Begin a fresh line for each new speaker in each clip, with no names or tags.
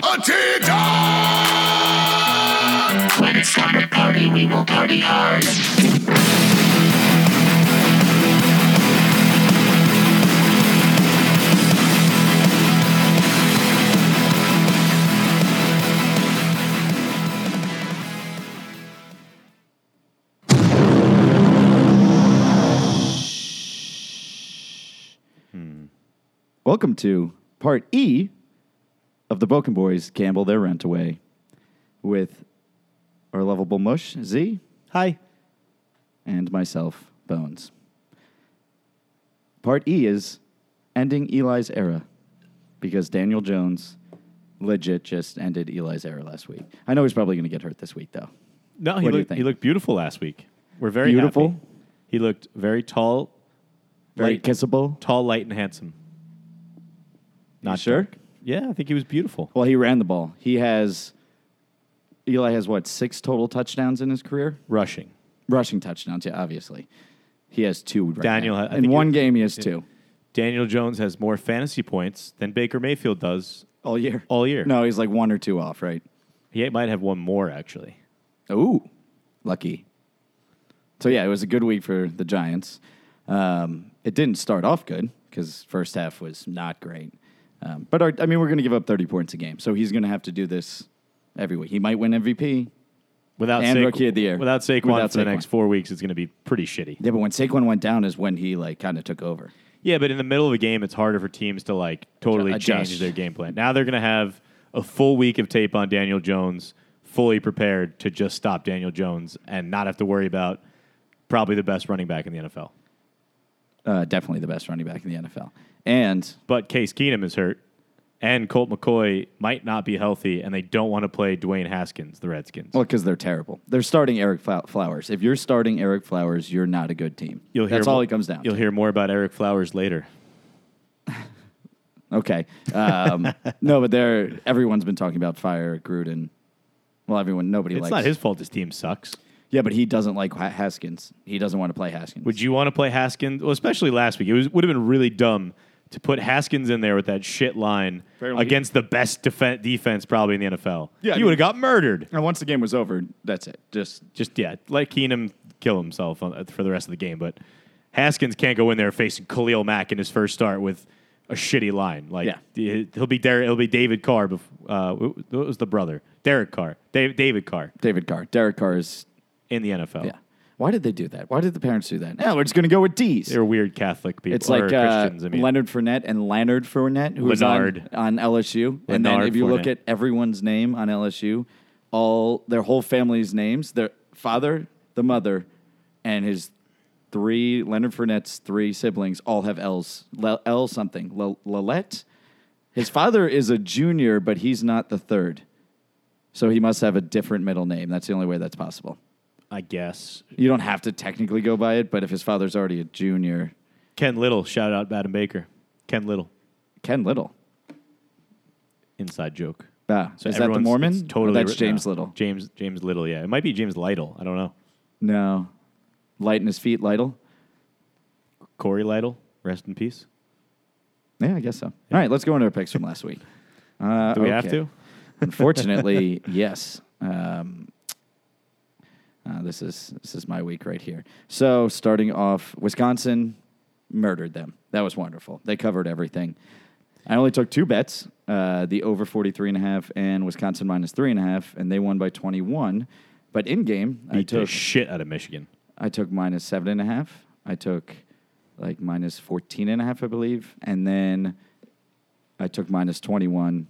party time!
When it's time to party, we will party hard.
Welcome to part E of the Broken Boys gamble their rent away with our lovable mush Z
Hi.
and myself Bones. Part E is ending Eli's era because Daniel Jones legit just ended Eli's era last week. I know he's probably going to get hurt this week though.
No,
What
he
do you
looked,
think?
he looked beautiful last week. We're very
Beautiful?
happy. He looked very tall,
Very
light,
kissable.
tall, light, and handsome. Not
sure?
dark. Yeah, I think he was beautiful.
Well, he ran the ball. He has Eli has what six total touchdowns in his career.
Rushing.
Rushing touchdowns, yeah, obviously. He has two. Right
Daniel,
now.
I- I
in
think
one
you-
game, he has two
Daniel Jones has more fantasy points than Baker Mayfield does.
all year.
All year.
No, he's like one or two off, right?
He might have one more actually.
Ooh, lucky. So yeah, it was a good week for the Giants. Um, it didn't start off good because first half was not great. Um, but our, I mean, we're going to give up thirty points a game, so he's going to have to do this every week. He might win MVP.
Without
And
Saqu-
rookie of the year.
Without Saquon
Without
for the
Saquon.
next four weeks, it's going to be pretty shitty.
Yeah, but when Saquon went down, is when he like kind of took over.
Yeah, but in the middle of a game, it's harder for teams to like totally
Adjust.
change their game plan. Now they're going to have a full week of tape on Daniel Jones, fully prepared to just stop Daniel Jones and not have to worry about probably the best running back in the NFL.
Uh, definitely the best running back in the NFL. And
But Case Keenum is hurt, and Colt McCoy might not be healthy, and they don't want to play Dwayne Haskins, the Redskins.
Well, because they're terrible. They're starting Eric Fla- Flowers. If you're starting Eric Flowers, you're not a good team.
You'll hear
That's all
mo-
it comes down
You'll
to.
hear more about Eric Flowers later.
Okay. Um, no, but they're, everyone's been talking about fire Gruden. Well, everyone, nobody
It's
likes.
not his fault. His team sucks.
Yeah, but he doesn't like Ha- Haskins. He doesn't want to play Haskins.
Would you want to play Haskins? Well, especially last week, it was, would have been really dumb to put Haskins in there with that shit line
Apparently-
against the best defen defense probably in the NFL.
Yeah, I
you
mean-
would have got murdered.
And once the game was over, that's it. Just
Just yeah, let Keenum kill himself on, uh, for the rest of the game. But Haskins can't go in there facing Khalil Mack in his first start with a shitty line. Like
Yeah.
the- he'll be Derek, he'll be David Carr. Bef- uh, wh- what was the brother? Derek Carr, Dave, David Carr
David Carr, Derek Carr is.
in the NFL.
Yeah. Why did they do that? Why did the parents do that? No, we're just going to go with D's.
They're weird Catholic people.
It's
or
like uh,
Christians. I mean,
Leonard Fournette and Leonard Fournette, who was on,
Leonard.
on LSU. and then
Leonard
if you look
Fournette.
at everyone's name on LSU, all their whole family's names, their father, the mother, and his three Leonard Fournette's three siblings all have L's. L, L something. L- Lalette. His father is a junior, but he's not the third. So he must have a different middle name. That's the only way that's possible.
I guess
You don't have to technically go by it, but if his father's already a junior,
Ken Little, shout out Adam Baker. Ken Little,
Ken Little.
inside joke.
Ah, is that the
everyone's-
Mormon?
it's
Or
Totally,
that's
written
James
out.
Little.
James James Little. Yeah, it might be James Lytle. I don't know.
No, light in his feet, Lytle.
Corey Lytle, rest in peace.
Yeah, I guess so. All right, let's go into our picks from last week. Uh,
Do we have
okay.
to?
Unfortunately, yes. Um, uh, this is this is my week right here. So starting off, Wisconsin murdered them. That was wonderful. They covered everything. I only took two bets: uh, the over 43 and a half and Wisconsin minus three and a half, and they won by 21. But in game, I
Beat the
took
shit out of Michigan.
I took minus seven and a half. I took like minus 14 and a half, I believe. And then I took minus 21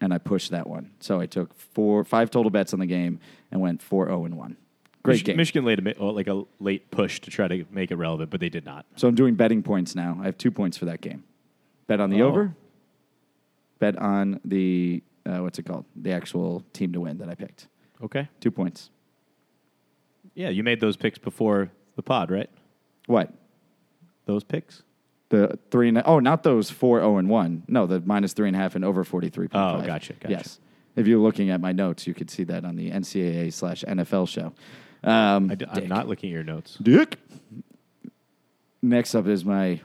and I pushed that one. So I took four, five total bets on the game and went 4 0 and 1. Great
Mich-
game.
Michigan laid a, mi- well, like a late push to try to make it relevant, but they did not.
So I'm doing betting points now. I have two points for that game. Bet on the
Oh.
over, bet on the, uh, what's it called? The actual team to win that I picked.
Okay.
Two points.
Yeah, you made those picks before the pod, right?
What?
Those picks.
The three and oh, not those four oh and one. No, the minus three and a half and over forty three point five.
Oh, gotcha, gotcha.
Yes, if you're looking at my notes, you could see that on the NCAA slash NFL show. Um,
I d- I'm not looking at your notes.
Dick. Next up is my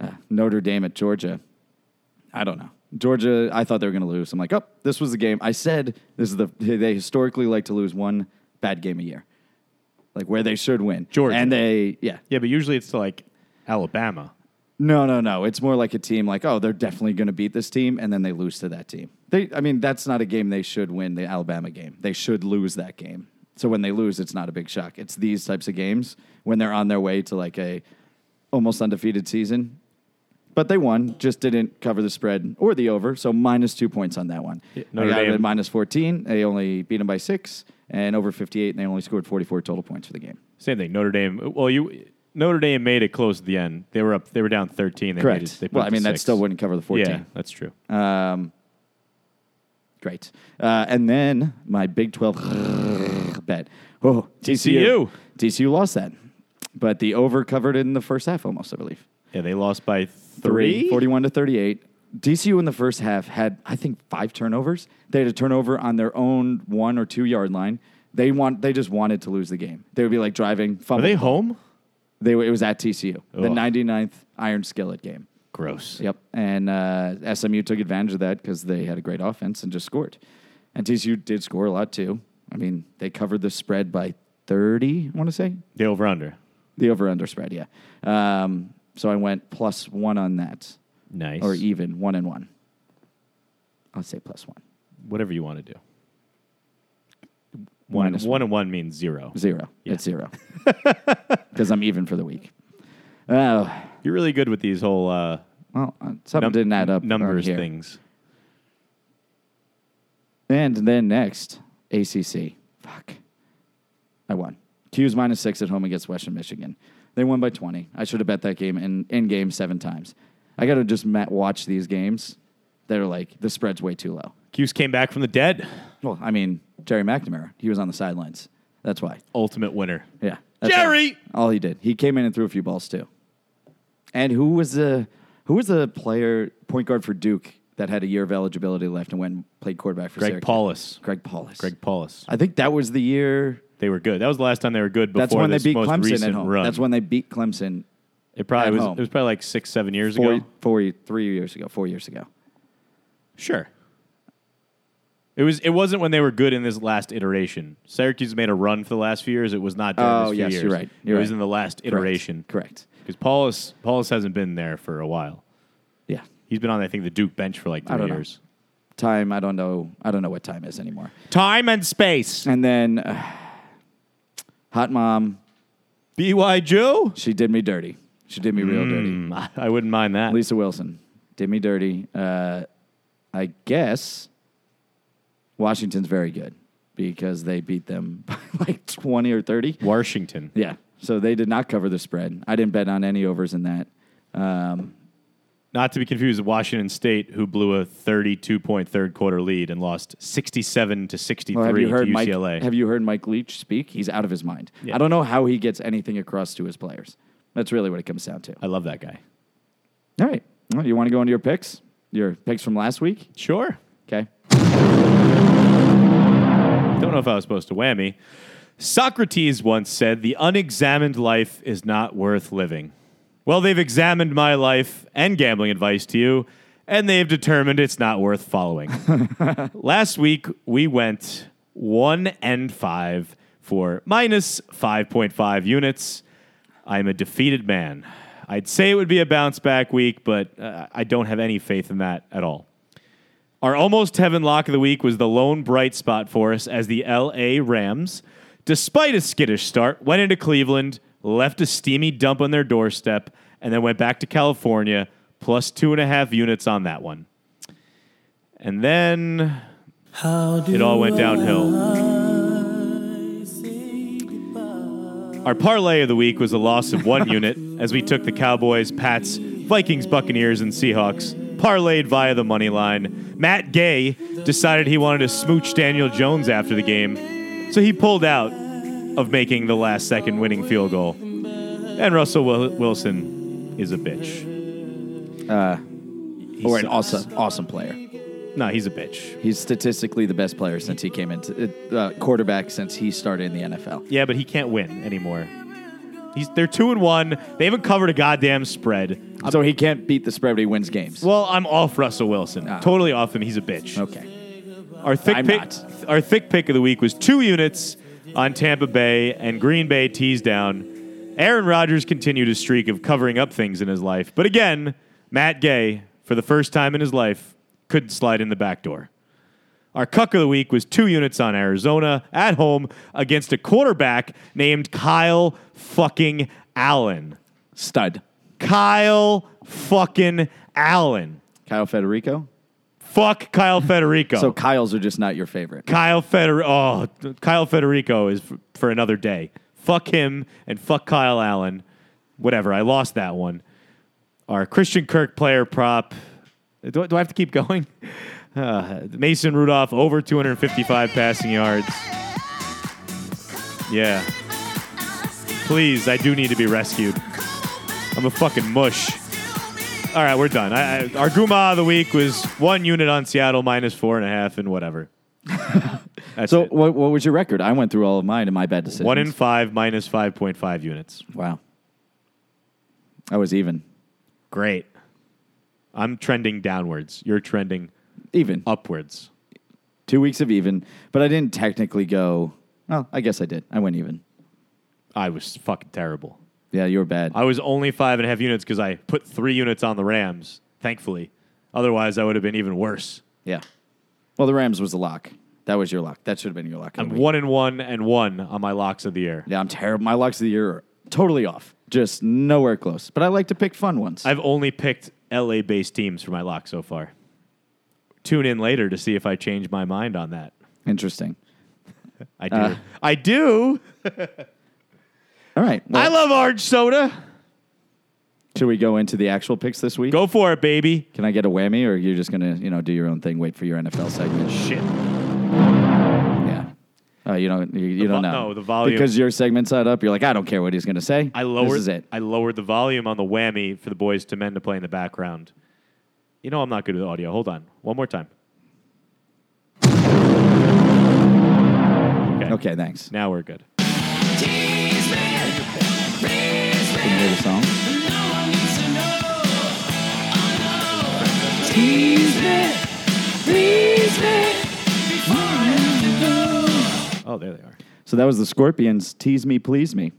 uh, Notre Dame at Georgia. I don't know. Georgia, I thought they were going to lose. I'm like, oh, this was the game. I said this is the they historically like to lose one bad game a year, like where they should win.
Georgia.
and they yeah
Yeah, but usually it's to like Alabama.
no no no. It's more like a team like oh they're definitely going to beat this team and then they lose to that team. They I mean that's not a game they should win the Alabama game. They should lose that game. So when they lose, it's not a big shock. It's these types of games when they're on their way to like a almost undefeated season. But they won, just didn't cover the spread or the over. So minus two points on that one.
Yeah, Notre
they got it
Dame.
at minus 14. They only beat them by six and over 58, and they only scored 44 total points for the game.
Same thing. Notre Dame. Well, you Notre Dame made it close at the end. They were up. They were down thirteen. They Made it,
Correct.
they put
Well,
it
I
to
mean, that
six.
still wouldn't cover the 14.
Yeah, that's true.
Um, great. Uh, and then my Big 12 bet. Oh,
TCU.
TCU. TCU lost that. But the over covered in the first half almost, I believe.
yeah, they lost by three.
Three, forty-one to 38. DCU in the first half had, I think, five turnovers. They had a turnover on their own one or two yard line. They want, they just wanted to lose the game. They would be like driving,
Are
fumble.
they home?
They were- it was at TCU, the
Ugh.
99th Iron Skillet game.
Gross.
Yep. And uh, SMU took advantage of that because they had a great offense and just scored. And TCU did score a lot too. I mean, they covered the spread by 30, I want to say.
The over under.
The over under spread, yeah. Um, so I went plus one on that,
Nice.
or even one and one. I'll say plus one,
whatever you want to do. One,
Minus
one and one means zero.
zero.
Yeah.
It's zero. Because I'm even for the week. Oh,
You're really good with these whole uh,
well, uh, something
num-
didn't add up. on
numbers
here.
things.
And then next, ACC. Fuck. I won. Q's minus six at home against Western Michigan. They won by 20. I should have bet that game in, in game seven times. I got to just ma watch these games that are like, the spread's way too low.
Cuse came back from the dead.
Well, I mean, Jerry McNamara, he was on the sidelines. That's why.
Ultimate winner.
Yeah. that's
Jerry!
All, all he did. He came in and threw a few balls too. And who was the who was the player point guard for Duke that had a year of eligibility left and went and played quarterback for
Greg
Syracuse?
Paulus.
Greg Paulus.
Greg Paulus.
I think that was the year.
They were good. That was the last time they were good before
That's when they
this
beat
most
Clemson
recent
at home.
run.
That's when they beat Clemson
it probably
at
was.
home.
It was probably like six, seven years
four,
ago.
four, three years ago, four years ago.
Sure. It was. It wasn't when they were good in this last iteration. Syracuse made a run for the last few years. It was not. During
Oh,
this few
yes,
years.
you're right. You're
it was
right.
in the last iteration.
Correct.
Because Paulus Paulus hasn't been there for a while.
Yeah.
He's been on, I think, the Duke bench for like
I
three
don't know.
years.
Time. I don't know. I don't know what time is anymore.
Time and space.
And then, uh, hot mom.
B.Y. Joe?
She did me dirty. She did me real dirty.
Mm, I wouldn't mind that.
Lisa Wilson did me dirty. Uh, I guess Washington's very good because they beat them by like twenty or thirty.
Washington.
Yeah. So they did not cover the spread. I didn't bet on any overs in that. Um,
Not to be confused with Washington State, who blew a 32 point third quarter lead and lost 67 to 63
well, have you heard
to
Mike?
UCLA.
Have you heard Mike Leach speak? He's out of his mind.
Yeah.
I don't know how he gets anything across to his players. That's really what it comes down to.
I love that guy.
All right. Well, you want to go into your picks? Your picks from last week?
Sure.
Okay.
Don't know if I was supposed to whammy. Socrates once said, The unexamined life is not worth living. Well, they've examined my life and gambling advice to you, and they've determined it's not worth following. Last week, we went one and five for minus 5.5 units. I'm a defeated man. I'd say it would be a bounce back week, but uh, I don't have any faith in that at all. Our almost heaven lock of the week was the lone bright spot for us as the LA Rams, despite a skittish start, went into Cleveland, left a steamy dump on their doorstep, and then went back to California, plus two and a half units on that one. And then it all went downhill. Our parlay of the week was a loss of one unit as we took the Cowboys, Pats, Vikings, Buccaneers, and Seahawks, parlayed via the money line. Matt Gay decided he wanted to smooch Daniel Jones after the game, so he pulled out of making the last second winning field goal. And Russell Wil- Wilson is a bitch.
Uh, or an
sucks.
awesome, awesome player.
No, he's a bitch.
He's statistically the best player since he came into uh, quarterback since he started in the NFL.
Yeah, but he can't win anymore. He's they're two and one. They haven't covered a goddamn spread.
So he can't beat the spread, but he wins games.
Well, I'm off Russell Wilson.
Ah.
Totally off him. He's a bitch.
okay.
Our thick
I'm
pick,
not.
our thick pick of the week was two units on Tampa Bay and Green Bay tees down. Aaron Rodgers continued his streak of covering up things in his life, but again, Matt Gay, for the first time in his life, couldn't slide in the back door. Our cuck of the week was two units on Arizona at home against a quarterback named Kyle fucking Allen.
Stud.
Kyle fucking Allen.
Kyle Federico. Oh.
Fuck Kyle Federico.
So Kyle's are just not your favorite.
Kyle Feder oh Kyle Federico is f- for another day. Fuck him and fuck Kyle Allen. Whatever. I lost that one. Our Christian Kirk player prop. Do, do I have to keep going? Uh, Mason Rudolph over 255 passing yards. Yeah. Please, I do need to be rescued. I'm a fucking mush. All right, we're done. I, I, our Guma of the week was one unit on Seattle minus four and a half and whatever. That's
So
it.
what, what was your record? I went through all of mine and my bad decisions.
One in five minus 5.5 units.
Wow. I was even.
Great. I'm trending downwards. You're trending
Even.
Oh. upwards.
Two weeks of even. But I didn't technically go. Well, I guess I did. I went even.
I was fucking terrible.
Yeah, you were bad.
I was only five and a half units because I put three units on the Rams, thankfully. Otherwise, I would have been even worse.
yeah. Well, the Rams was a lock. That was your lock. That should have been your lock. of
I'm
the week.
one and one and one on my locks of the year.
Yeah, I'm terrible. My locks of the year are totally off. Just nowhere close. But I like to pick fun ones.
I've only picked LA based teams for my lock so far. Tune in later to see if I change my mind on that.
Interesting.
I do.
Uh.
I do.
All right. Well,
I love orange soda.
should we go into the actual picks this week?
Go for it, baby.
Can I get a whammy, or you're just gonna, you know, do your own thing? Wait for your NFL segment.
Shit.
Yeah. Oh, you don't. You, you
The
don't
vo-
know.
no, the volume-
Because your segment's not up. You're like, I don't care what he's gonna say.
I lowered.
This is it.
I lowered the volume on the whammy for the boys to men to play in the background. You know I'm not good with audio. Hold on, one more time. Okay.
okay, thanks.
Now we're good.
Can you hear the song?
Oh, there they are.
So that was the Scorpions. Tease me, please me.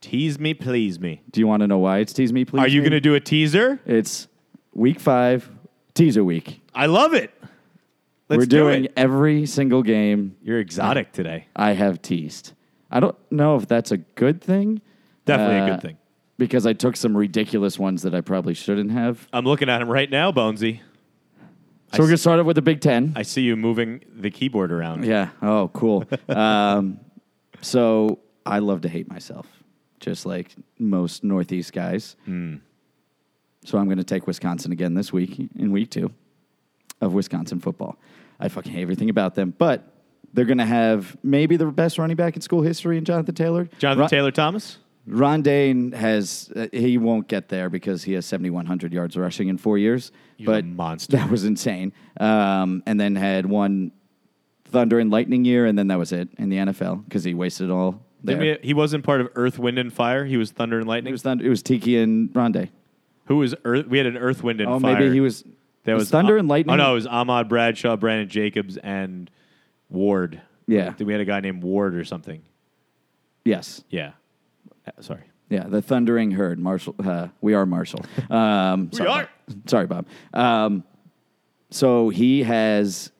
Tease me, please me.
Do you want to know why it's tease me, please?
Are you
me?
going to do a teaser?
It's week five, teaser week.
I love it. Let's
We're
do
doing
it.
every single game
You're exotic today.
I have teased. I don't know if that's a good thing.
Definitely a
Uh,
good thing.
Because I took some ridiculous ones that I probably shouldn't have.
I'm looking at him right now, Bonesy.
So we're going to start off with the Big Ten.
I see you moving the keyboard around.
yeah. Oh, cool. um, so I love to hate myself, just like most Northeast guys. So I'm going to take Wisconsin again this week in week two of Wisconsin football. I fucking hate everything about them, but they're going to have maybe the best running back in school history in Jonathan Taylor.
Jonathan
Ron-
Taylor Thomas.
Rondane has uh, he won't get there because he has 7,100 yards rushing in four years. but
monster.
that was insane. Um, and then had one thunder and lightning year, and then that was it in the NFL because he wasted all. There.
Didn't we- He wasn't part of Earth, Wind, and Fire. He was Thunder and
it
Lightning.
was thunder. It was Tiki and Rondé.
Who was Earth? We had an Earth, Wind, and
Oh,
Fire.
maybe he was.
That
it was, thunder
Ah-
and lightning.
Oh no, it was Ahmad Bradshaw, Brandon Jacobs, and Ward.
Yeah.
Then we had a guy named Ward or something.
Yes.
Yeah. Uh, Sorry.
Yeah, the thundering herd. Marshall, uh, we are Marshall. Um, sorry,
are.
Bob. Sorry, Bob. Um, so he has.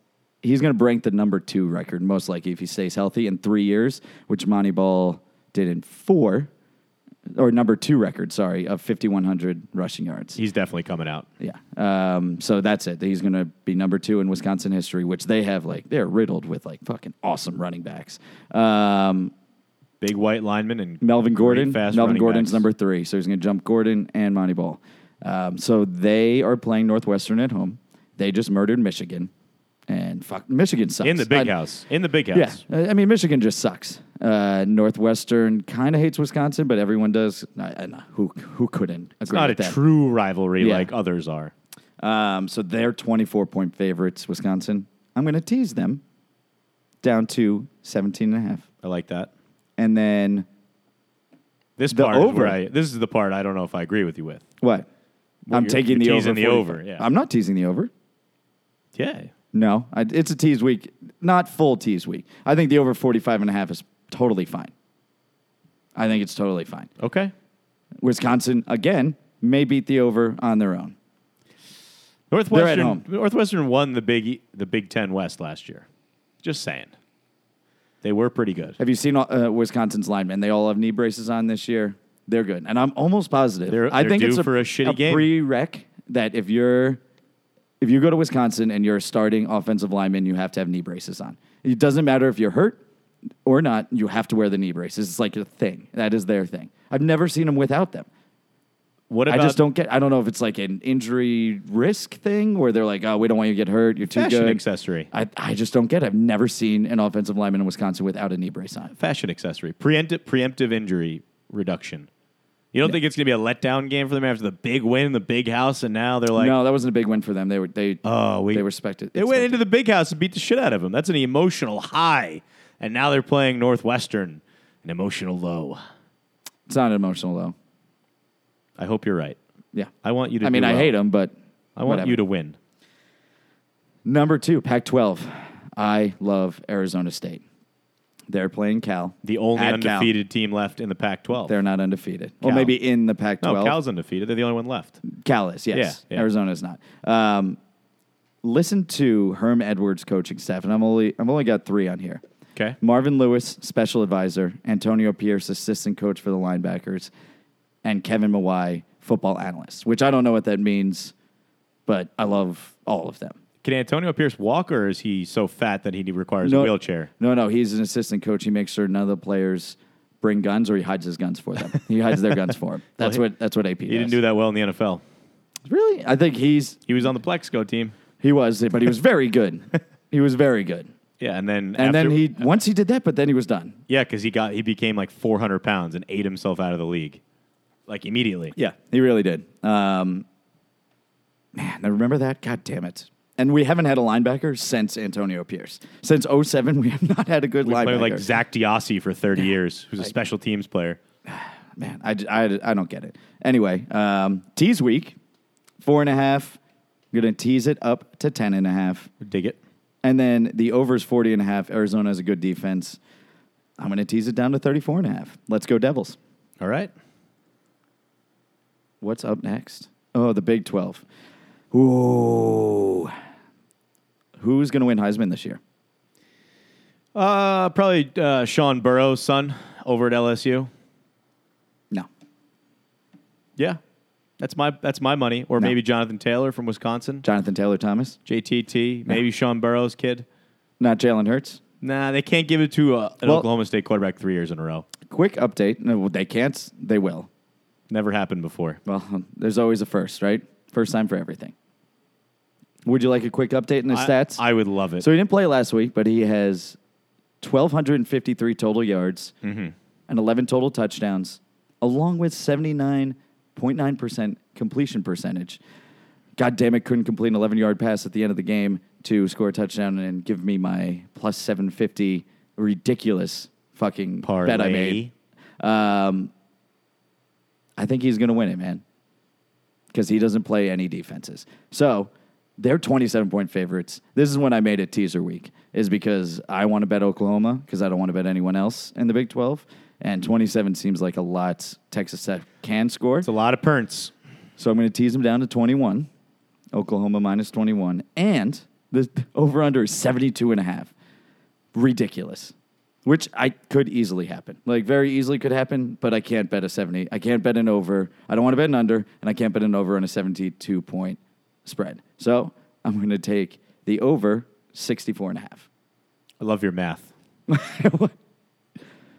He's going to break the number two record, most likely, if he stays healthy in three years, which Moneyball did in four, or number two record, sorry, of 5,100 rushing yards.
He's definitely coming out.
Yeah. Um, so that's it. He's going to be number two in Wisconsin history, which they have, like, they're riddled with, like, fucking awesome running backs. Um,
Big white lineman and
Melvin
great
Gordon.
Fast
Melvin
running
Gordon's
backs.
number three, so he's going to jump Gordon and Monty Ball. Um, so they are playing Northwestern at home. They just murdered Michigan, and fuck, Michigan sucks
in the big
I-
house. In the big house.
Yeah, I I mean Michigan just sucks. Uh, Northwestern kind of hates Wisconsin, but everyone does. I, I know. Who who couldn't?
It's not a true rivalry
Yeah.
like others are.
Um, so they're twenty four point favorites. Wisconsin. I'm going to tease them down to 17 and a half.
I like that.
and then
This
The
part is
over.
where I, this is the part I don't know if I agree with you with.
what? I'm
you're-
taking
you're
the
teasing
over.
the
45.
over, yeah.
I'm not teasing the over.
Yeah.
No, I, it's a tease week, not full tease week. I think the over 45 and a half is totally fine. I think it's totally fine.
Okay.
Wisconsin, again, may beat the over on their own.
Northwestern.
home.
Northwestern won the Big E- the Big Ten West last year. Just saying, they were pretty good.
Have you seen uh, Wisconsin's linemen? They all have knee braces on this year. They're good, and I'm almost positive.
They're-
I
they're
think
due
it's a,
for a shitty game.
Pre-rec that if you're if you go to Wisconsin and you're starting offensive lineman, you have to have knee braces on. It doesn't matter if you're hurt or not. You have to wear the knee braces. It's like a thing. That is their thing. I've never seen them without them.
What about
I just don't get. I don't know if it's like an injury risk thing where they're like, "Oh, we don't want you to get hurt. You're too
fashion
good."
accessory?
I, I just don't get it. I've never seen an offensive lineman in Wisconsin without a knee brace on.
Fashion accessory. Preemptive, preemptive injury reduction. You don't think it's going to be a letdown game for them after the big win in the big house, and now they're like,
no, that wasn't a big win for them. They were they
oh, we
they respected.
They went into the big house and beat the shit out of them. That's an emotional high, and now they're playing Northwestern, an emotional low.
It's not emotional though.
I hope you're right.
Yeah,
I want you to.
I mean
do
I
well.
hate them, but
I want
whatever.
you to win.
Number two, Pac-12. I love Arizona State. They're playing Cal.
The only
At Cal.
undefeated team left in the Pac-12.
They're not undefeated. Well,
Cal.
maybe in the
no,
Pac-12.
Cal's undefeated. They're the only one left.
Cal is, yes.
Yeah, yeah.
Arizona's not. Um, listen to Herm Edwards' coaching staff, and I'm only I've only got three on here.
Okay.
Marvin Lewis, special advisor, Antonio Pierce, assistant coach for the linebackers, and Kevin Mawai, football analyst, which I don't know what that means, but I love all of them.
Can Antonio Pierce walk, or is he so fat that he requires a wheelchair?
No, no, he's an assistant coach. He makes sure none of the players bring guns or he hides his guns for them. he hides their guns for him. That's
Well,
what that's what AP
He didn't do that well in the NFL.
that. Really? I think he's
He was on the Plexco team.
he was, but he was very good. he was very good.
Yeah, and then
And
after-
then he once he did that, but then he was done.
yeah, because he got he became like 400 pounds and ate himself out of the league, like immediately.
Yeah, he really did. Um, man, I remember that. God damn it. And we haven't had a linebacker since Antonio Pierce. Since 07, we have not had a good
We played
linebacker.
with, like Zach Diassi for 30 years, who's a special teams player.
man, I, I, I don't get it. Anyway, um, tease week, four and a half. I'm going to tease it up to ten and a half.
Dig it.
And then the over is 40 and a half. Arizona has a good defense. I'm going to tease it down to 34 and a half. Let's go Devils.
All right.
What's up next? Oh, the Big 12. Ooh. Who's going to win Heisman this year?
Uh, probably uh, Sean Burrow's son over at LSU.
No.
Yeah, that's my that's my money. Or
No.
maybe Jonathan Taylor from Wisconsin.
Jonathan Taylor Thomas?
JTT. Maybe Sean Burrow's kid.
Not Jalen Hurts?
Nah, they can't give it to uh, an
Well-
Oklahoma State quarterback three years in a row.
Quick update. No, they can't. They will.
Never happened before.
Well, there's always a first, right? First time for everything. Would you like a quick update in his stats?
I, I would love it.
so he didn't play last week, but he has 1,253 total yards
Mm-hmm.
and 11 total touchdowns, along with 79.9% completion percentage. God damn it, couldn't complete an 11 yard pass at the end of the game to score a touchdown and give me my plus 750 ridiculous fucking bet I made.
Parlay.
Um, I think he's going to win it, man, because he doesn't play any defenses. So they're 27 point favorites. This is when I made it teaser week, is because I want to bet Oklahoma because I don't want to bet anyone else in the Big 12. And 27 seems like a lot Texas Tech can score.
It's a lot of pernts.
So I'm going to tease them down to 21, Oklahoma minus 21. And the over under is 72 and a half. Ridiculous. Which I could easily happen. Like very easily could happen, but I can't bet a 70. I can't bet an over. I don't want to bet an under, and I can't bet an over on a 72 point spread. So I'm going to take the over 64 and a half.
I love your math.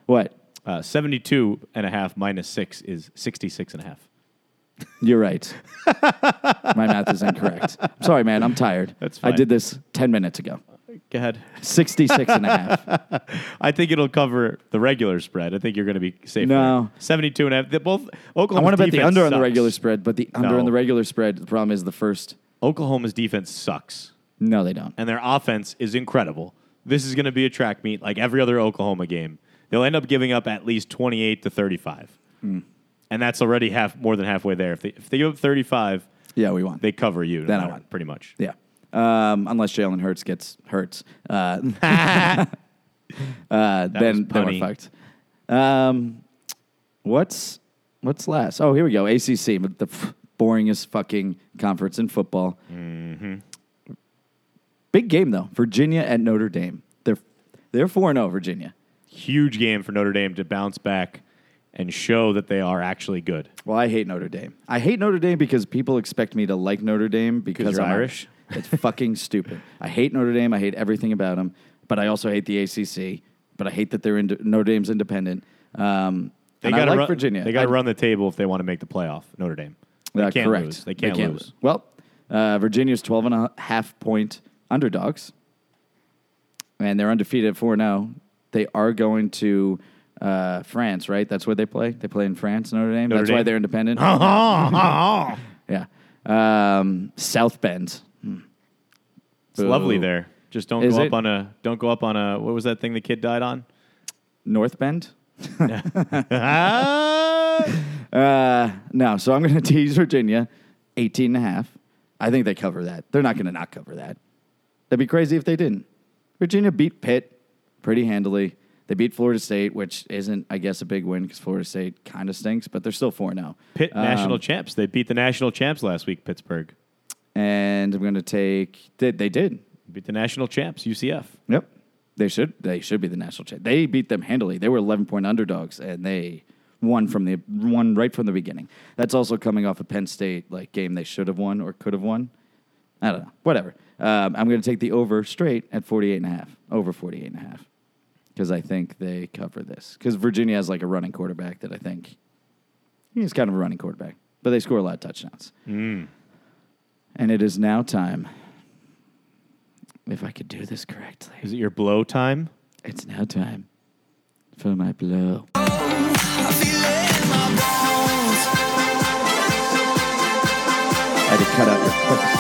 what?
Uh, 72 and a half minus six is 66 and a half.
You're right. My math is incorrect. I'm sorry, man. I'm tired.
That's
I
fine.
did this 10 minutes ago.
Go ahead.
66 and a half.
I think it'll cover the regular spread. I think you're going to be safe.
No.
there. 72 and a half. They're both
I
Oklahoma's
want to bet the
defense
under on the
sucks.
regular spread, but the under
No.
on the regular spread, the problem is the first.
Oklahoma's defense sucks,
No, they don't.
and their offense is incredible. This is going to be a track meet like every other Oklahoma game. They'll end up giving up at least
Hmm.
28 to 35. And that's already half more than halfway there. If they, if they give up 35,
Yeah, we won.
They cover you. No
Then I
matter-
won.
Pretty much.
yeah. Um, unless Jalen Hurts gets hurts. Uh, uh, then, then we're
punny.
fucked. Um, what's what's last? Oh, here we go. ACC, but the f- boringest fucking conference in football. Big game though. Virginia at Notre Dame. They're they're four zero Virginia.
Huge game for Notre Dame to bounce back and show that they are actually good.
Well, I hate Notre Dame. I hate Notre Dame because people expect me to like Notre Dame because
you're
I'm
Irish?
It's fucking stupid. I hate Notre Dame. I hate everything about them. But I also hate the ACC. But I hate that they're ind- Notre Dame's independent. Um,
They
and
gotta
I like
run,
Virginia.
They got to
I-
run the table if they want to make the playoff. Notre Dame. They
uh,
can't
correct.
lose. They can't, lose.
Well, uh, Virginia's 12 and a half point underdogs, and they're undefeated at 4 0. They are going to uh, France, right? That's where they play. They play in France, Notre Dame.
Notre
That's why
Dame.
they're independent. yeah. Um, South Bend. Hmm.
It's lovely
Boo.
there. Just don't
Is
go
it?
up on a don't go up on a what was that thing the kid died on?
North Bend?
Ah!
Uh, no. So I'm going to tease Virginia 18 and a half. I think they cover that. They're not going to not cover that. That'd be crazy if they didn't. Virginia beat Pitt pretty handily. They beat Florida State, which isn't, I guess, a big win because Florida State kind of stinks, but they're still oh. 4 now.
Pitt national champs. They beat the national champs last week. Pittsburgh
And I'm going to take, they, they did.
beat the national champs. UCF.
Yep. They should, they should be the national champ. They beat them handily. They were 11 point underdogs and they won from the, won right from the beginning. That's also coming off a Penn State like game they should have won or could have won. I don't know. Whatever. Um, I'm going to take the over straight at 48 and a half. Over 48 and a half. Because I think they cover this. Because Virginia has like a running quarterback that I think he's kind of a running quarterback. But they score a lot of touchdowns. And it is now time. If I could do this correctly,
Is it your blow time?
it's now time for my blow. I had to cut out your clips.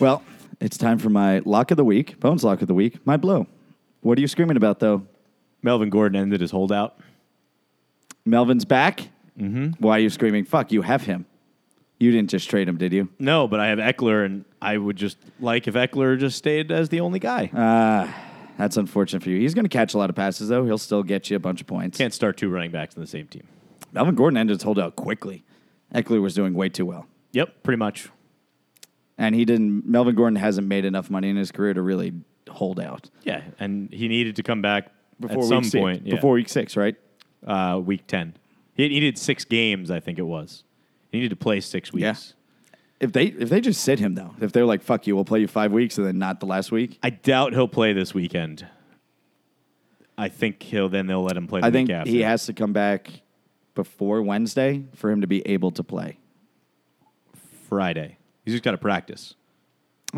Well, it's time for my lock of the week, Bones lock of the week, my blow. What are you screaming about though?
Melvin Gordon ended his holdout.
Melvin's back. Mm-hmm. Why are you screaming? Fuck, you have him. You didn't just trade him, did you?
No, but I have Eckler, and I would just like if Eckler just stayed as the only guy.
That's unfortunate for you. He's going to catch a lot of passes though. He'll still get you a bunch of points.
Can't start two running backs in the same team.
Melvin Gordon ended his holdout quickly. Eckler was doing way too well.
Yep, pretty much.
And he didn't, Melvin Gordon hasn't made enough money in his career to really hold out
Yeah, and he needed to come back at some
six,
point. yeah.
Before week six, right?
uh, week 10. He needed six games, I think it was. He needed to play six weeks.
Yeah. If they if they just sit him though, if they're like fuck you, we'll play you five weeks and then not the last week.
I doubt he'll play this weekend. I think he'll then they'll let him play the
I
week
think
after.
he has to come back before Wednesday for him to be able to play.
Friday. He's just got to practice.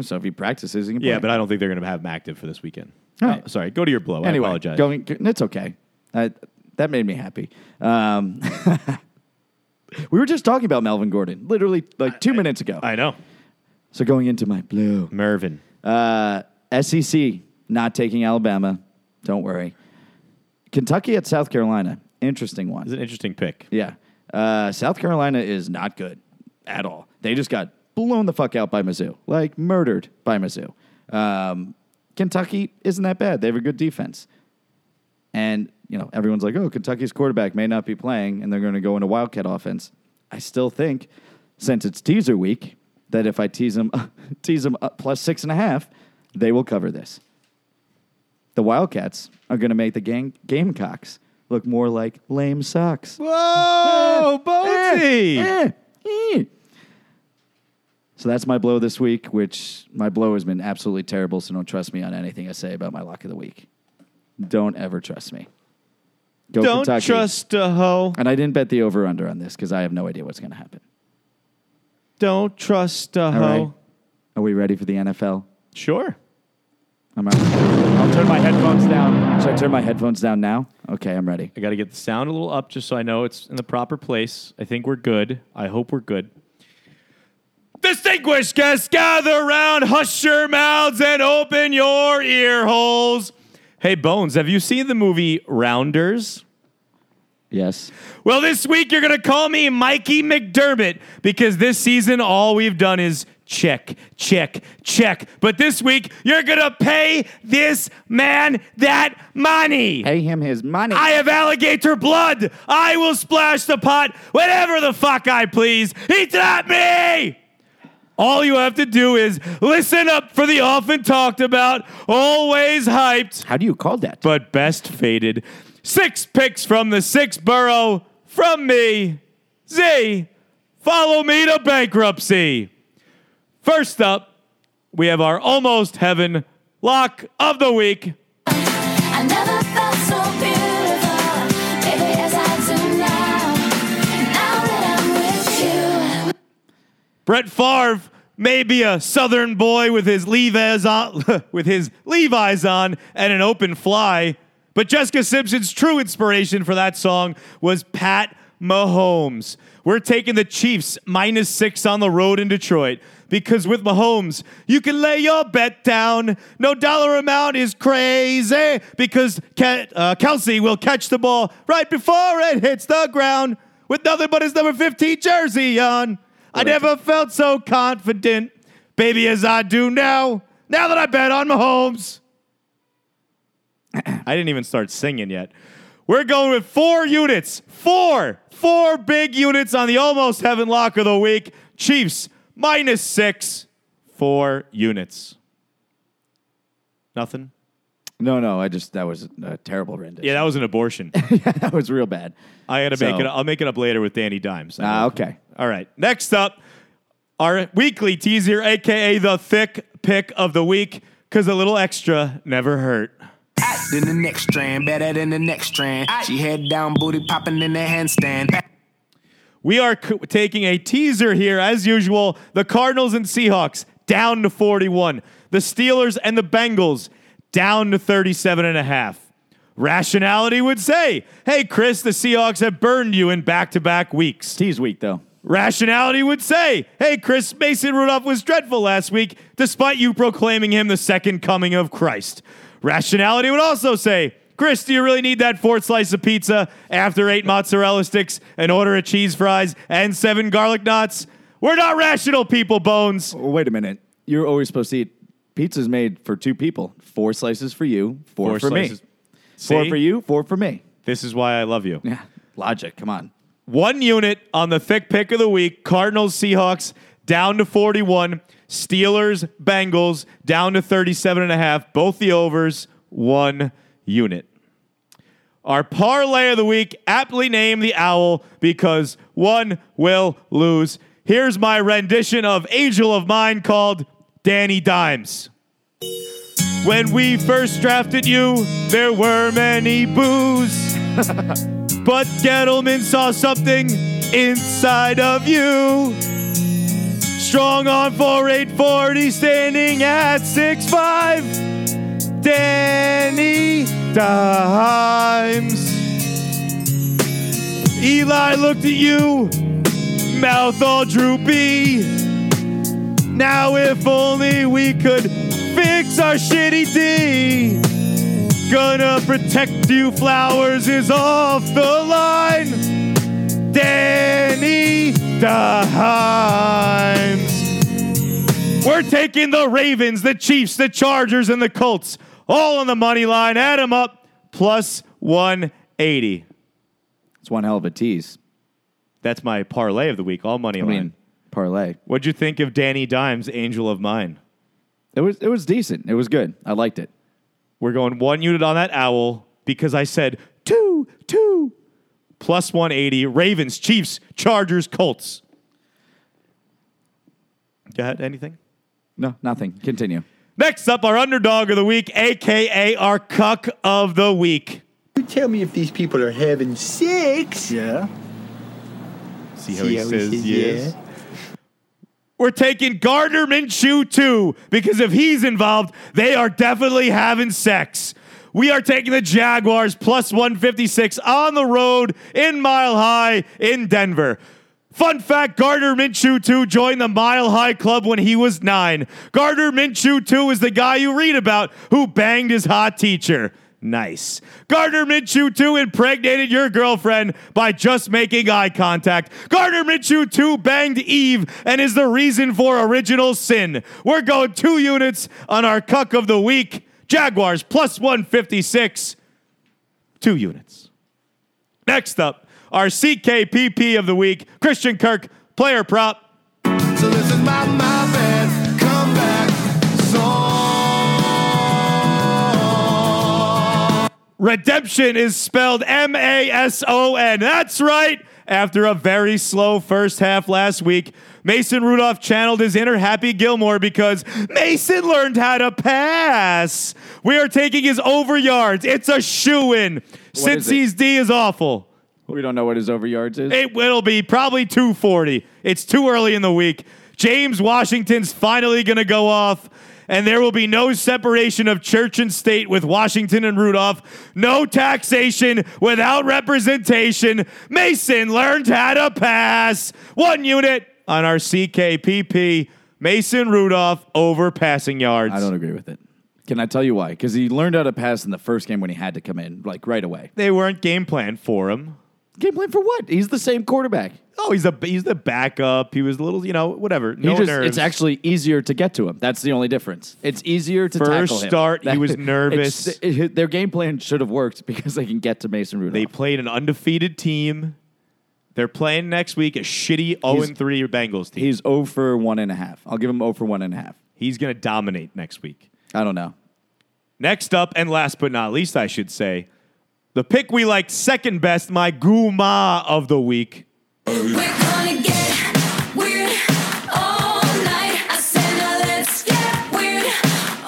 So if he practices, he can
Yeah,
play.
but I don't think they're going to have him active for this weekend.
All right.
Oh, sorry, go to your blow.
anyway,
I apologize.
going it's okay. I, that made me happy. Um, we were just talking about Melvin Gordon literally like two minutes ago.
I know.
so going into my blue.
Mervin.
Uh, SEC not taking Alabama. Don't worry. Kentucky at South Carolina. Interesting one.
It's an interesting pick.
Yeah. Uh, South Carolina is not good at all. They just got blown the fuck out by Mizzou, like murdered by Mizzou. Um, Kentucky isn't that bad. They have a good defense. And, you know, everyone's like, oh, Kentucky's quarterback may not be playing, and they're going to go into Wildcat offense. I still think, since it's teaser week, that if I tease them, tease them up plus six and a half, they will cover this. The Wildcats are going to make the gang- Gamecocks look more like lame socks.
Whoa, Bonesy!
Eh. So that's my blow this week, which my blow has been absolutely terrible. So don't trust me on anything I say about my lock of the week. Don't ever trust me. Go
Don't
Kentucky.
trust a hoe.
And I didn't bet the over under on this because I have no idea what's going to happen.
Don't trust a
All
hoe.
right. Are we ready for the NFL?
Sure.
I'm out. I'll turn my headphones down. Should I turn my headphones down now? Okay, I'm ready.
I got to get the sound a little up just so I know it's in the proper place. I think we're good. I hope we're good. Distinguished guests, gather round, hush your mouths, and open your ear holes. Hey, Bones, have you seen the movie Rounders?
Yes.
Well, this week you're going to call me Mikey McDermott because this season all we've done is check, check, check. But this week you're going to pay this man that money.
Pay him his money.
I have alligator blood. I will splash the pot whenever the fuck I please. It's not me. All you have to do is listen up for the often talked about, always hyped,
How do you call that?
but best faded. Six picks from the six borough from me. Z, follow me to bankruptcy. First up, we have our almost heaven lock of the week.
I never felt so beautiful, baby, as I do now. Now that I'm with you,
Brett Favre may be a Southern boy with his Levi's on, with his Levi's on and an open fly, but Jessica Simpson's true inspiration for that song was Pat Mahomes. We're taking the Chiefs minus six on the road in Detroit because with Mahomes, you can lay your bet down. No dollar amount is crazy because Ke- uh, Kelsey will catch the ball right before it hits the ground with nothing but his number 15 jersey on. I never felt so confident, baby, as I do now. Now that I bet on Mahomes. I didn't even start singing yet. We're going with four units. Four. Four big units on the almost heaven lock of the week. Chiefs minus six. Four units. Nothing?
no, no. I just that was a terrible rendition.
Yeah, that was an abortion.
that was real bad.
I gotta
So-
make it. I'll make it up later with Danny Dimes.
Ah, okay.
All right. Next up, our weekly teaser, aka the thick pick of the week, because a little extra never hurt.
than the next strand, better than the next strand. She head down, booty popping in the handstand.
We are c- taking a teaser here, as usual. The Cardinals and Seahawks down to 41. The Steelers and the Bengals down to 37 and a half. Rationality would say, hey, Chris, the Seahawks have burned you in back to back weeks.
Tease week though.
Rationality would say, hey, Chris, Mason Rudolph was dreadful last week, despite you proclaiming him the second coming of Christ. Rationality would also say, Chris, do you really need that fourth slice of pizza after eight mozzarella sticks, an order of cheese fries, and seven garlic knots? We're not rational people, Bones.
Well, wait a minute. You're always supposed to eat. Pizza's made for two people. Four slices for you. Four, for me. Four
See?
for you. Four for me.
This is why I love you.
Yeah. Logic. Come on.
One unit on the thick pick of the week. Cardinals, Seahawks down to 41. Steelers, Bengals down to 37 and a half. Both the overs, one unit. Our parlay of the week, aptly named the Owl because one will lose. Here's my rendition of Angel of Mine called Danny Dimes. When we first drafted you, there were many boos. But Gettleman saw something inside of you. Strong on for 840, standing at 6'5. Danny Dimes. Eli looked at you, mouth all droopy. Now, if only we could fix our shitty D. Gonna protect you, flowers is off the line. Danny Dimes. We're taking the Ravens, the Chiefs, the Chargers, and the Colts all on the money line. Add 'em up, plus 180.
It's one hell of a tease.
That's my parlay of the week, all money
I
line.
mean, parlay.
What'd you think of Danny Dimes, Angel of Mine?
It was it was decent. It was good. I liked it.
We're going one unit on that owl because I said two, two, plus 180. Ravens, Chiefs, Chargers, Colts. Got anything?
No, nothing. Continue.
Next up, our underdog of the week, aka our cuck of the week.
You tell me if these people are having sex. Yeah.
See
how he says yes?
We're taking Gardner Minshew too, because if he's involved, they are definitely having sex. We are taking the Jaguars plus 156 on the road in Mile High in Denver. Fun fact Gardner Minshew, too, joined the Mile High Club when he was nine. Gardner Minshew, too, is the guy you read about who banged his hot teacher. Nice. Gardner Minshew, too, impregnated your girlfriend by just making eye contact. Gardner Minshew, too, banged Eve and is the reason for original sin. We're going two units on our cuck of the week. Jaguars plus 156. Two units. Next up, our CKPP of the week, Christian Kirk, player prop.
So this is my my bad comeback song.
Redemption is spelled M A S O N. That's right. After a very slow first half last week, Mason Rudolph channeled his inner Happy Gilmore because Mason learned how to pass. We are taking his over yards. It's a shoe in.
is it?
Cincy's D is awful.
We don't know what his over yards is.
It will be probably 240. It's too early in the week. James Washington's finally going to go off, and there will be no separation of church and state with Washington and Rudolph. No taxation without representation. Mason learned how to pass. One unit on our CKPP. Mason Rudolph over passing yards.
I don't agree with it. Can I tell you why? Because he learned how to pass in the first game when he had to come in, like right away.
They weren't game plan for him.
Game plan for what? He's the same quarterback.
Oh, he's a he's the backup. He was a little, you know, whatever.
He
No
just,
nerves.
it's actually easier to get to him. That's the only difference. It's easier to
First
tackle him.
start, he
That-
was
it's-
nervous.
it- their game plan should have worked because they can get to Mason Rudolph.
They played an undefeated team. They're playing next week a shitty 0 3 Bengals team. He's,
He's 0 for one and a half. I'll give him 0 for one and a half.
going to dominate next week.
I don't know.
Next up, and last but not least, I should say, the pick we liked second best, my Guma of the week.
We're gonna get weird all night. I said, now let's get weird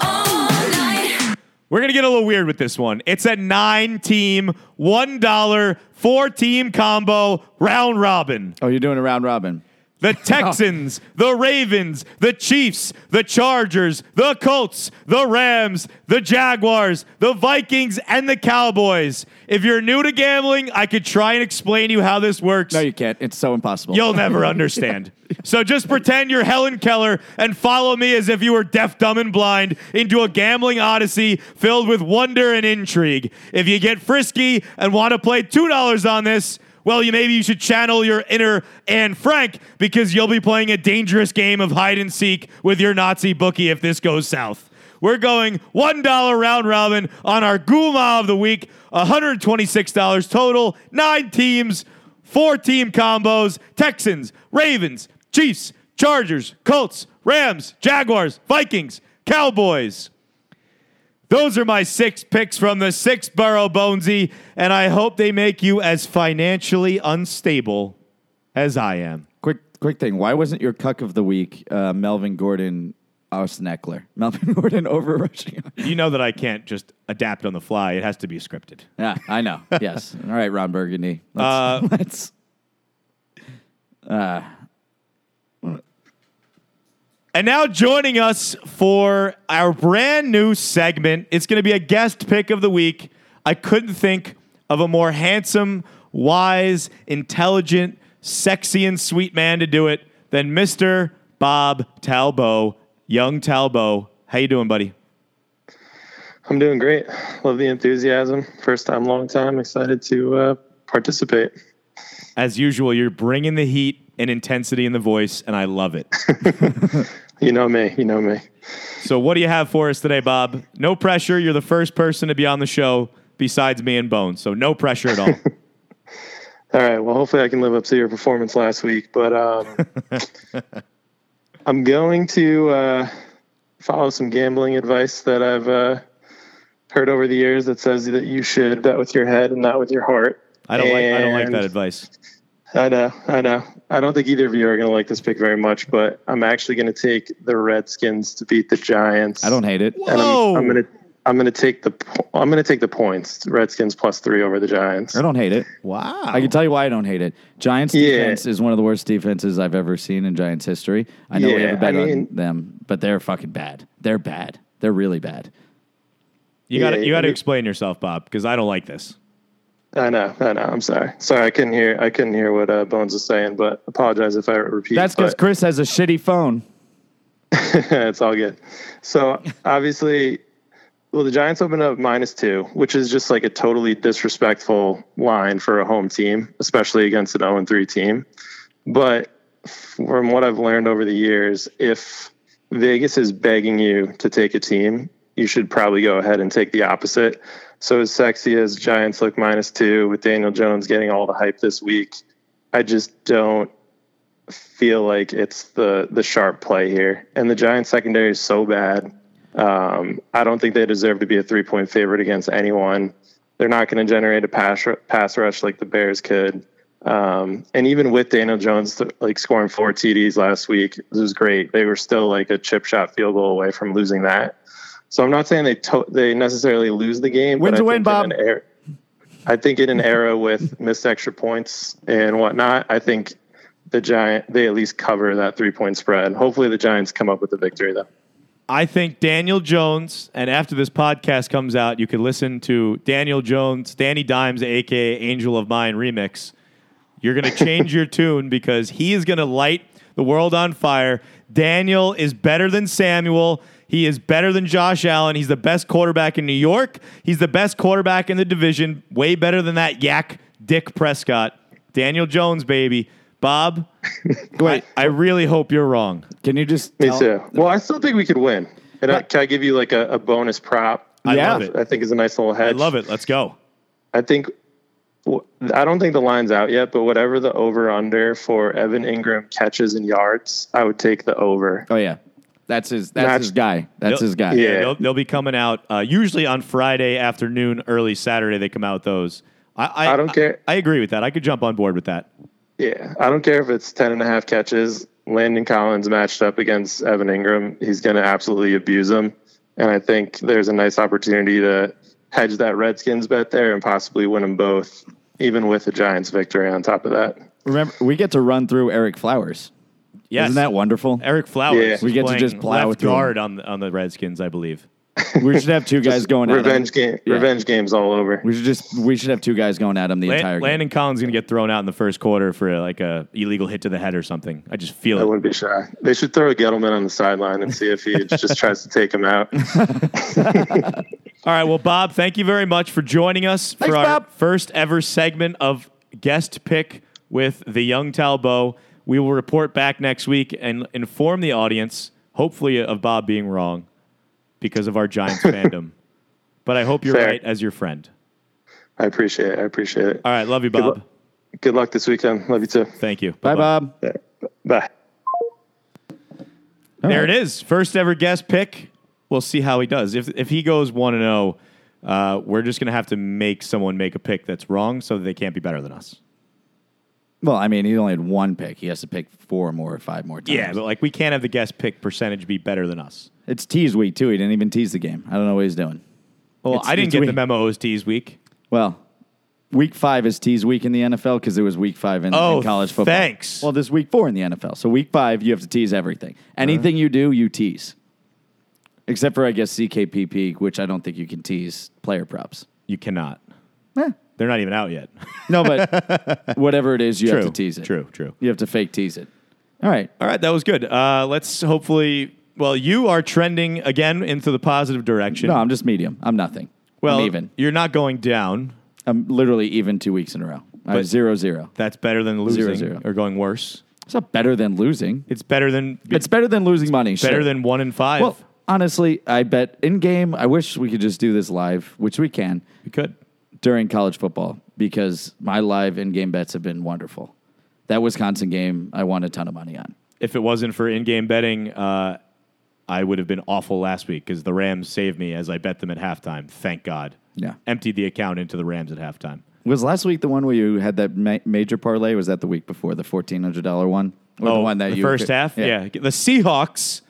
all night.
We're going to get a little weird with this one. It's a nine team, $1, four team combo, round robin.
Oh, you're doing a round robin.
The Texans, the Ravens, the Chiefs, the Chargers, the Colts, the Rams, the Jaguars, the Vikings, and the Cowboys. If you're new to gambling, I could try and explain to you how this works.
No, you can't. It's so impossible.
You'll never understand. So just pretend you're Helen Keller and follow me as if you were deaf, dumb, and blind into a gambling odyssey filled with wonder and intrigue. If you get frisky and want to play $2 on this, well, you maybe you should channel your inner Anne Frank because you'll be playing a dangerous game of hide and seek with your Nazi bookie if this goes south. We're going $1 round robin on our Guma of the week, $126 total, nine teams, four team combos Texans, Ravens, Chiefs, Chargers, Colts, Rams, Jaguars, Vikings, Cowboys. Those are my six picks from the six borough Bonesy, and I hope they make you as financially unstable as I am.
Quick, quick thing. Why wasn't your cuck of the week uh, Melvin Gordon, Austin Eckler? Melvin Gordon over rushing.
You know that I can't just adapt on the fly, it has to be scripted.
yeah, I know. Yes. All right, Ron Burgundy. Let's.
Uh,
let's
And now joining us for our brand new segment, it's going to be a guest pick of the week. I couldn't think of a more handsome, wise, intelligent, sexy, and sweet man to do it than Mr. Bob Talbo, young Talbo. How you doing, buddy?
I'm doing great. Love the enthusiasm. First time, long time. Excited to uh, participate.
As usual, you're bringing the heat and intensity in the voice, and I love it.
You know me. You know me.
so, what do you have for us today, Bob? No pressure. You're the first person to be on the show besides me and Bones, so no pressure at all.
All right. Well, hopefully I can live up to your performance last week. But um, I'm going to uh, follow some gambling advice that I've uh, heard over the years that says that you should bet with your head and not with your heart.
I don't like I don't like
And-
that advice.
I know, I know. I don't think either of you are going to like this pick very much, but I'm actually going to take the Redskins to beat the Giants.
I don't hate it.
and
Whoa.
I'm, I'm gonna I'm gonna take the po- I'm gonna take the points. Redskins plus three over the Giants.
I don't hate it.
Wow.
I can tell you why I don't hate it. Giants
Yeah.
defense is one of the worst defenses I've ever seen in Giants history. I know we
Yeah,
have a bet
I
on
mean-
them, but they're fucking bad. They're bad. They're really bad.
you got to
Yeah,
you got to
you-
explain yourself, Bob, because I don't like this.
I know, I know. I'm sorry. Sorry, I couldn't hear. I couldn't hear what uh, Bones was saying, but apologize if I repeat.
That's because
but-
Chris has a shitty phone.
it's all good. So obviously, well, the Giants opened up minus two, which is just like a totally disrespectful line for a home team, especially against an 0 3 team. But from what I've learned over the years, if Vegas is begging you to take a team, you should probably go ahead and take the opposite. So as sexy as Giants look minus two with Daniel Jones getting all the hype this week, I just don't feel like it's the the sharp play here. And the Giants secondary is so bad. Um, I don't think they deserve to be a three point favorite against anyone. They're not going to generate a pass ru- pass rush like the Bears could. Um, and even with Daniel Jones th- like scoring four TDs last week, this was great. They were still like a chip shot field goal away from losing that. So I'm not saying they to- they necessarily lose the game.
Win's
but I
a win,
think
Bob.
in an er- I think in an era with missed extra points and whatnot, I think the giant they at least cover that three point spread. Hopefully, the Giants come up with a victory though.
I think Daniel Jones, and after this podcast comes out, you can listen to Daniel Jones, Danny Dimes, aka Angel of Mine remix. You're going to change your tune because he is going to light the world on fire. Daniel is better than Samuel. He is better than Josh Allen. He's the best quarterback in New York. He's the best quarterback in the division. Way better than that yak Dick Prescott. Daniel Jones, baby. Bob,
Wait,
I really hope you're wrong.
can you just?
Me
tell-
too. Well, I still think we could win. And I, can I give you like a, a bonus prop?
I
Yeah.
love it.
I think is a nice little
I
hedge.
love it. Let's go.
I think w- I don't think the line's out yet, but whatever the over under for Evan Ingram catches and yards, I would take the over.
Oh yeah, that's his. That's
Match-
his guy. That's
They'll-
his guy.
Yeah.
They'll, they'll be coming out uh, usually on Friday afternoon, early Saturday. They come out with those. I, I,
I don't care.
I, agree with that. I could jump on board with that.
Yeah, I don't care if it's 10 and a half catches. Landon Collins matched up against Evan Ingram. He's going to absolutely abuse him. And I think there's a nice opportunity to hedge that Redskins bet there and possibly win them both, even with the Giants victory on top of that.
Remember, we get to run through Eric Flowers.
Yes,
Isn't that wonderful?
Eric Flowers?
Yeah.
We get to just
plow
left
through 'em.
guard on the, on the Redskins, I believe.
we should have two guys going at him.
Revenge game.
Yeah.
Revenge games all over.
We should just. We should have two guys going at him the
Lan-
entire game.
Landon Collins is going to get thrown out in the first quarter for uh, like a illegal hit to the head or something. I just feel
I
it.
wouldn't be shy. They should throw a Gettleman on the sideline and see if he just tries to take him out.
All right, well, Bob, thank you very much for joining us
Thanks,
for our
Bob.
first ever segment of guest pick with the young Talbot. We will report back next week and inform the audience, hopefully, of Bob being wrong because of our Giants fandom. But I hope you're
Fair.
right as your friend.
I appreciate it. I appreciate it.
All right, love you,
Good
Bob.
luck. Good luck this weekend. Love you too.
Thank you.
Bye, Bob.
Bye.
There it is. First ever guest pick. We'll see how he does. If if he goes one and zero, uh, we're just gonna have to make someone make a pick that's wrong so that they can't be better than us.
Well, I mean, he only had one pick. He has to pick four more or five more times.
Yeah, but like we can't have the guest pick percentage be better than us.
it's tease week too. He didn't even tease the game. I don't know what he's doing.
Well,
It's-
I didn't
it's
get the
weak.
memo. It was tease week.
Well, week five is tease week in the NFL because it was week five in, in
Oh,
college football.
thanks.
Well, this is week four in the NFL. So week five, you have to tease everything. Anything
Uh-huh.
you do, you tease. Except for I guess CKPP, which I don't think you can tease player props.
You cannot.
Eh.
They're not even out yet.
No, but whatever it is, you have to tease it.
True. True.
You have to fake tease it. All right.
All right, that was good. Uh, let's hopefully. Well, you are trending again into the positive direction.
No, I'm just medium. I'm nothing.
well,
I'm even.
you're not going down.
I'm literally even two weeks in a row. I'm
But-
zero zero.
That's better than losing
Zero, zero.
or going worse.
It's not better than losing.
It's better than
It's better than losing money.
better
sure.
than one in five.
Well, honestly, I bet in game. I wish we could just do this live, which we can
we could.
during college football because my live in game bets have been wonderful. That Wisconsin game, I won a ton of money on.
If it wasn't for in-game betting, uh, I would have been awful last week because the Rams saved me as I bet them at halftime. Thank God.
Yeah.
Emptied the account into the Rams at halftime.
Was last week the one where you had that ma- major parlay? Was that the week before the fourteen hundred dollar one? Or the one that
Oh, the
you
first half. Yeah. the Seahawks.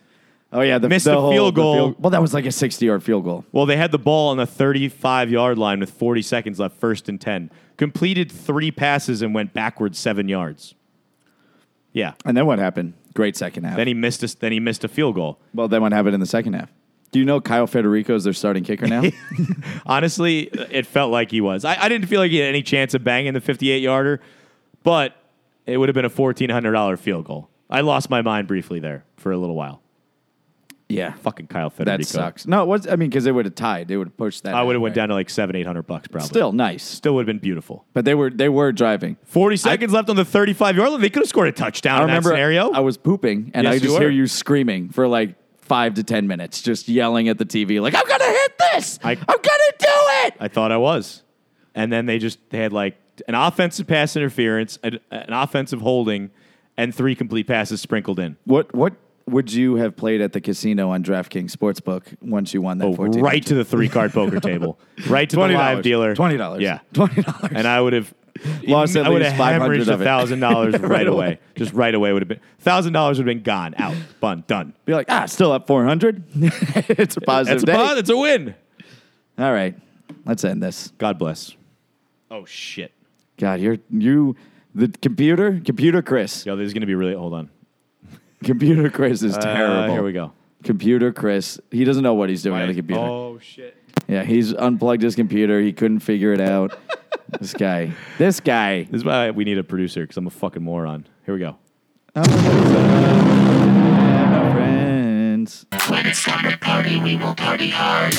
Oh yeah, the,
Missed
the
a
whole-
field
the
goal.
well, that was like a sixty-yard field goal.
Well, they had the ball on the 35 yard line with 40 seconds left, first and 10. Completed three passes and went backwards seven yards. Yeah.
And then what happened? Great second half.
Then he missed a, then he missed a field goal.
well, then what happened in the second half? Do you know Kyle Federico is their starting kicker now?
Honestly, it felt like he was. I, I didn't feel like he had any chance of banging the 58 yarder, but it would have been a $1,400 field goal. I lost my mind briefly there for a little while.
yeah,
Fucking Kyle Federico.
that sucks. No, it was. I mean, because they would have tied. They would have pushed that.
I would have went
halfway.
down to like seven, eight hundred bucks probably.
Still nice,
still would have been beautiful.
but they were they were driving.
Forty seconds left on the thirty-five yard line. They could have scored a touchdown.
I
in that
remember
scenario.
I was pooping and
Yes,
I
you
just
were.
hear you screaming for like five to ten minutes, just yelling at the TV like, "I'm gonna hit this!
I-
I'm gonna do it!"
I thought I was. And then they just they had like an offensive pass interference, an, an offensive holding, and three complete passes sprinkled in.
What what would you have played at the casino on DraftKings Sportsbook once you won that?
Oh,
14?
right to the three card poker table, right to the live dealer,
twenty dollars.
Yeah,
twenty dollars.
and I would have
Lost at
I would
least
have
500
hemorrhaged
of it.
thousand dollars
Right
right
away.
away. Just right away would have been thousand dollars would have been gone out, bun done.
be like, ah, still up four hundred. it's a positive day.
That's a bun. It's a win.
All right, let's end this.
God bless. Oh shit.
God, you're you. The computer, computer Chris,
Yo, this is gonna be really. Hold on.
computer Chris is
Uh,
terrible.
here we go.
Computer Chris, he doesn't know what he's doing on the computer.
Oh shit.
Yeah, he's unplugged his computer. He couldn't figure it out. this guy, this guy.
This is why we need a producer because I'm a fucking moron. Here we go.
Friends.
When it's time to party, we will party hard.